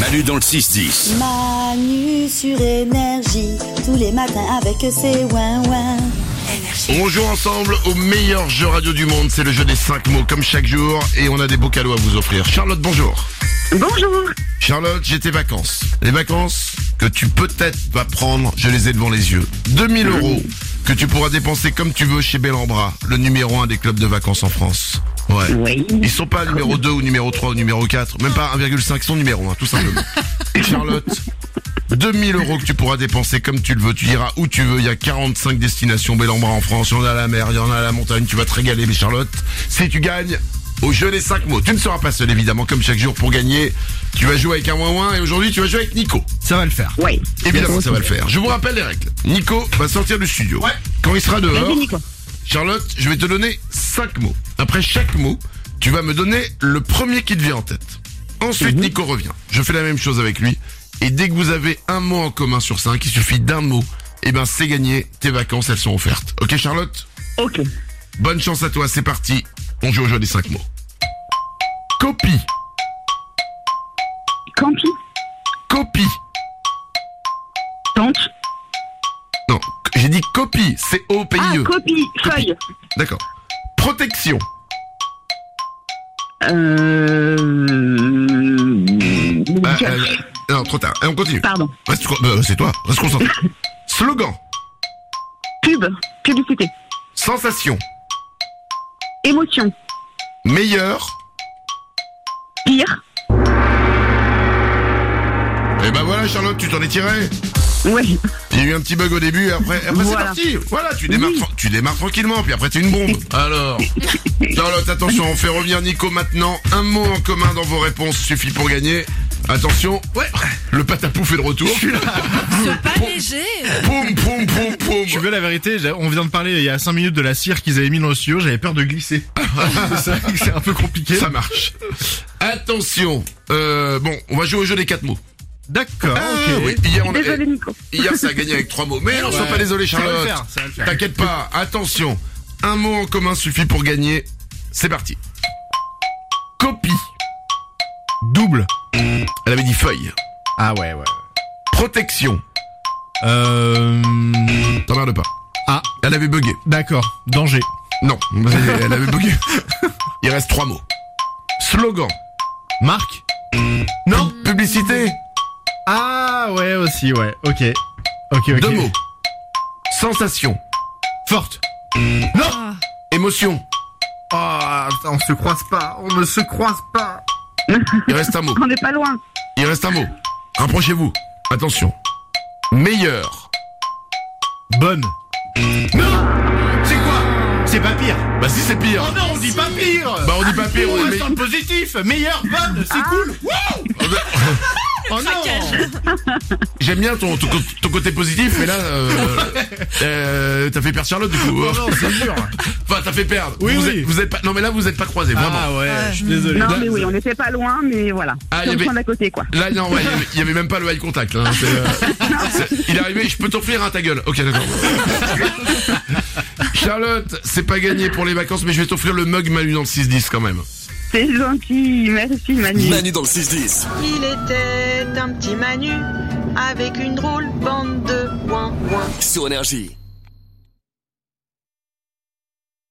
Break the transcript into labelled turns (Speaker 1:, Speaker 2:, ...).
Speaker 1: Manu dans le 6-10.
Speaker 2: Manu sur énergie, tous les matins avec ses ouin-ouin.
Speaker 3: On joue ensemble au meilleur jeu radio du monde, c'est le jeu des 5 mots comme chaque jour et on a des beaux cadeaux à vous offrir. Charlotte, bonjour.
Speaker 4: Bonjour.
Speaker 3: Charlotte, j'ai tes vacances. Les vacances que tu peut-être vas prendre, je les ai devant les yeux. 2000 euros que tu pourras dépenser comme tu veux chez Bellambra, le numéro 1 des clubs de vacances en France. Ouais.
Speaker 4: Oui.
Speaker 3: Ils sont pas numéro 2 ou numéro 3 ou numéro 4, même pas 1,5, ils sont numéro 1, tout simplement. Charlotte, 2000 euros que tu pourras dépenser comme tu le veux, tu iras où tu veux, il y a 45 destinations Bellambra en France, il y en a à la mer, il y en a à la montagne, tu vas te régaler mais Charlotte, si tu gagnes au jeu des 5 mots, tu ne seras pas seul évidemment comme chaque jour pour gagner, tu vas jouer avec un moins et aujourd'hui tu vas jouer avec Nico.
Speaker 5: Ça va le faire.
Speaker 4: Oui.
Speaker 3: Évidemment, ça va le faire. Je vous rappelle les règles. Nico va sortir du studio. Quand il sera dehors,
Speaker 4: Vas-y, Nico.
Speaker 3: Charlotte, je vais te donner 5 mots. Après chaque mot, tu vas me donner le premier qui te vient en tête. Ensuite, Nico revient. Je fais la même chose avec lui. Et dès que vous avez un mot en commun sur 5, il suffit d'un mot. Et ben, c'est gagné. Tes vacances, elles sont offertes. Ok, Charlotte?
Speaker 4: Ok.
Speaker 3: Bonne chance à toi. C'est parti. On joue au jeu des 5 mots. Copie.
Speaker 4: Campi.
Speaker 3: Copie.
Speaker 4: Tente.
Speaker 3: Non. J'ai dit copie. C'est
Speaker 4: Ah,
Speaker 3: O-P-I-E.
Speaker 4: copie. Feuille.
Speaker 3: E. D'accord. Protection.
Speaker 4: Euh...
Speaker 3: Ah, euh, non, trop tard. Et on continue.
Speaker 4: Pardon.
Speaker 3: Reste co- euh, c'est toi, reste concentré. Slogan,
Speaker 4: Pub. Publicité.
Speaker 3: sensation,
Speaker 4: Émotion.
Speaker 3: meilleur.
Speaker 4: Pire.
Speaker 3: Et ben voilà Charlotte, tu t'en es tiré.
Speaker 4: Oui.
Speaker 3: Il y a eu un petit bug au début, et après, et après c'est
Speaker 4: Voilà.
Speaker 3: parti. Voilà, tu démarres,
Speaker 4: Oui.
Speaker 3: tra- tu démarres tranquillement, puis après t'es une bombe. Alors, Charlotte, attention, on fait revenir Nico maintenant. Un mot en commun dans vos réponses suffit pour gagner. Attention, ouais, le patapouf est de retour.
Speaker 6: Ce pas léger.
Speaker 3: Poum, poum, poum, poum.
Speaker 5: Tu veux la vérité j'ai- On vient de parler il y a 5 minutes de la cire qu'ils avaient mis dans le studio, j'avais peur de glisser. c'est vrai que c'est un peu compliqué.
Speaker 3: Ça marche. Attention, euh, bon, on va jouer au jeu des quatre mots.
Speaker 5: D'accord,
Speaker 3: Ah,
Speaker 5: ok.
Speaker 3: oui, hier, on a-
Speaker 4: Désolé, Nico.
Speaker 3: Hier, ça a gagné avec trois mots. Mais on ne soit
Speaker 5: Ouais.
Speaker 3: pas désolé,
Speaker 5: Ça va le
Speaker 3: Charlotte.
Speaker 5: faire, ça va le faire.
Speaker 3: T'inquiète pas. Attention. Un mot en commun suffit pour gagner. C'est parti. Copie.
Speaker 5: Double.
Speaker 3: Elle avait dit feuille.
Speaker 5: Ah ouais, ouais.
Speaker 3: Protection.
Speaker 5: Euh...
Speaker 3: T'emmerdes pas.
Speaker 5: Ah,
Speaker 3: Elle avait bugué.
Speaker 5: d'accord. Danger.
Speaker 3: Non. Elle avait bugué. Il reste trois mots. Slogan.
Speaker 5: Marc
Speaker 3: Non. Publicité.
Speaker 5: Ah ouais, aussi, ouais. Ok. Ok, ok.
Speaker 3: Deux mots. Sensation.
Speaker 5: Forte.
Speaker 6: Ah.
Speaker 3: Émotion.
Speaker 5: Ah, putain, on se croise pas. On ne se croise pas.
Speaker 3: Il reste un mot.
Speaker 4: On n'est pas loin.
Speaker 3: Il reste un mot. Rapprochez-vous. Attention. Meilleur.
Speaker 5: Bonne.
Speaker 3: C'est quoi
Speaker 5: C'est pas pire. Oh
Speaker 3: Bah si c'est pire.
Speaker 5: non, on dit pas pire.
Speaker 3: Bah on dit pas pire, on dit
Speaker 5: le positif. Meilleur, bonne, c'est cool. bah.
Speaker 3: meilleur.
Speaker 5: Oh
Speaker 6: craquage.
Speaker 3: J'aime bien ton, ton, co- ton côté positif, mais là, euh, euh, t'as fait perdre Charlotte du coup.
Speaker 5: Oh non, c'est dur.
Speaker 3: Enfin, t'as fait perdre.
Speaker 5: Oui,
Speaker 3: vous
Speaker 5: oui.
Speaker 3: Êtes, vous êtes pas. Non, mais là, vous êtes pas croisés, vraiment.
Speaker 5: Ah ouais, je suis désolé.
Speaker 4: Non, mais oui, on n'était pas loin, mais voilà.
Speaker 3: bah, euh, Ah, il y
Speaker 4: Sur le
Speaker 3: avait-
Speaker 4: point d'à côté, quoi.
Speaker 3: Là, non, ouais, il y avait- il y, avait même pas le eye contact. hein, c'est, euh, c'est- il est arrivé. Je peux t'offrir un ta gueule. Ok, d'accord. Charlotte, c'est pas gagné pour les vacances, mais je vais t'offrir le mug Manu dans le 6-10 quand même.
Speaker 4: C'est gentil. Merci, Manu.
Speaker 1: Manu dans le 6-10.
Speaker 7: Il était un petit Manu avec une drôle bande de ouin ouin.
Speaker 1: Sur énergie.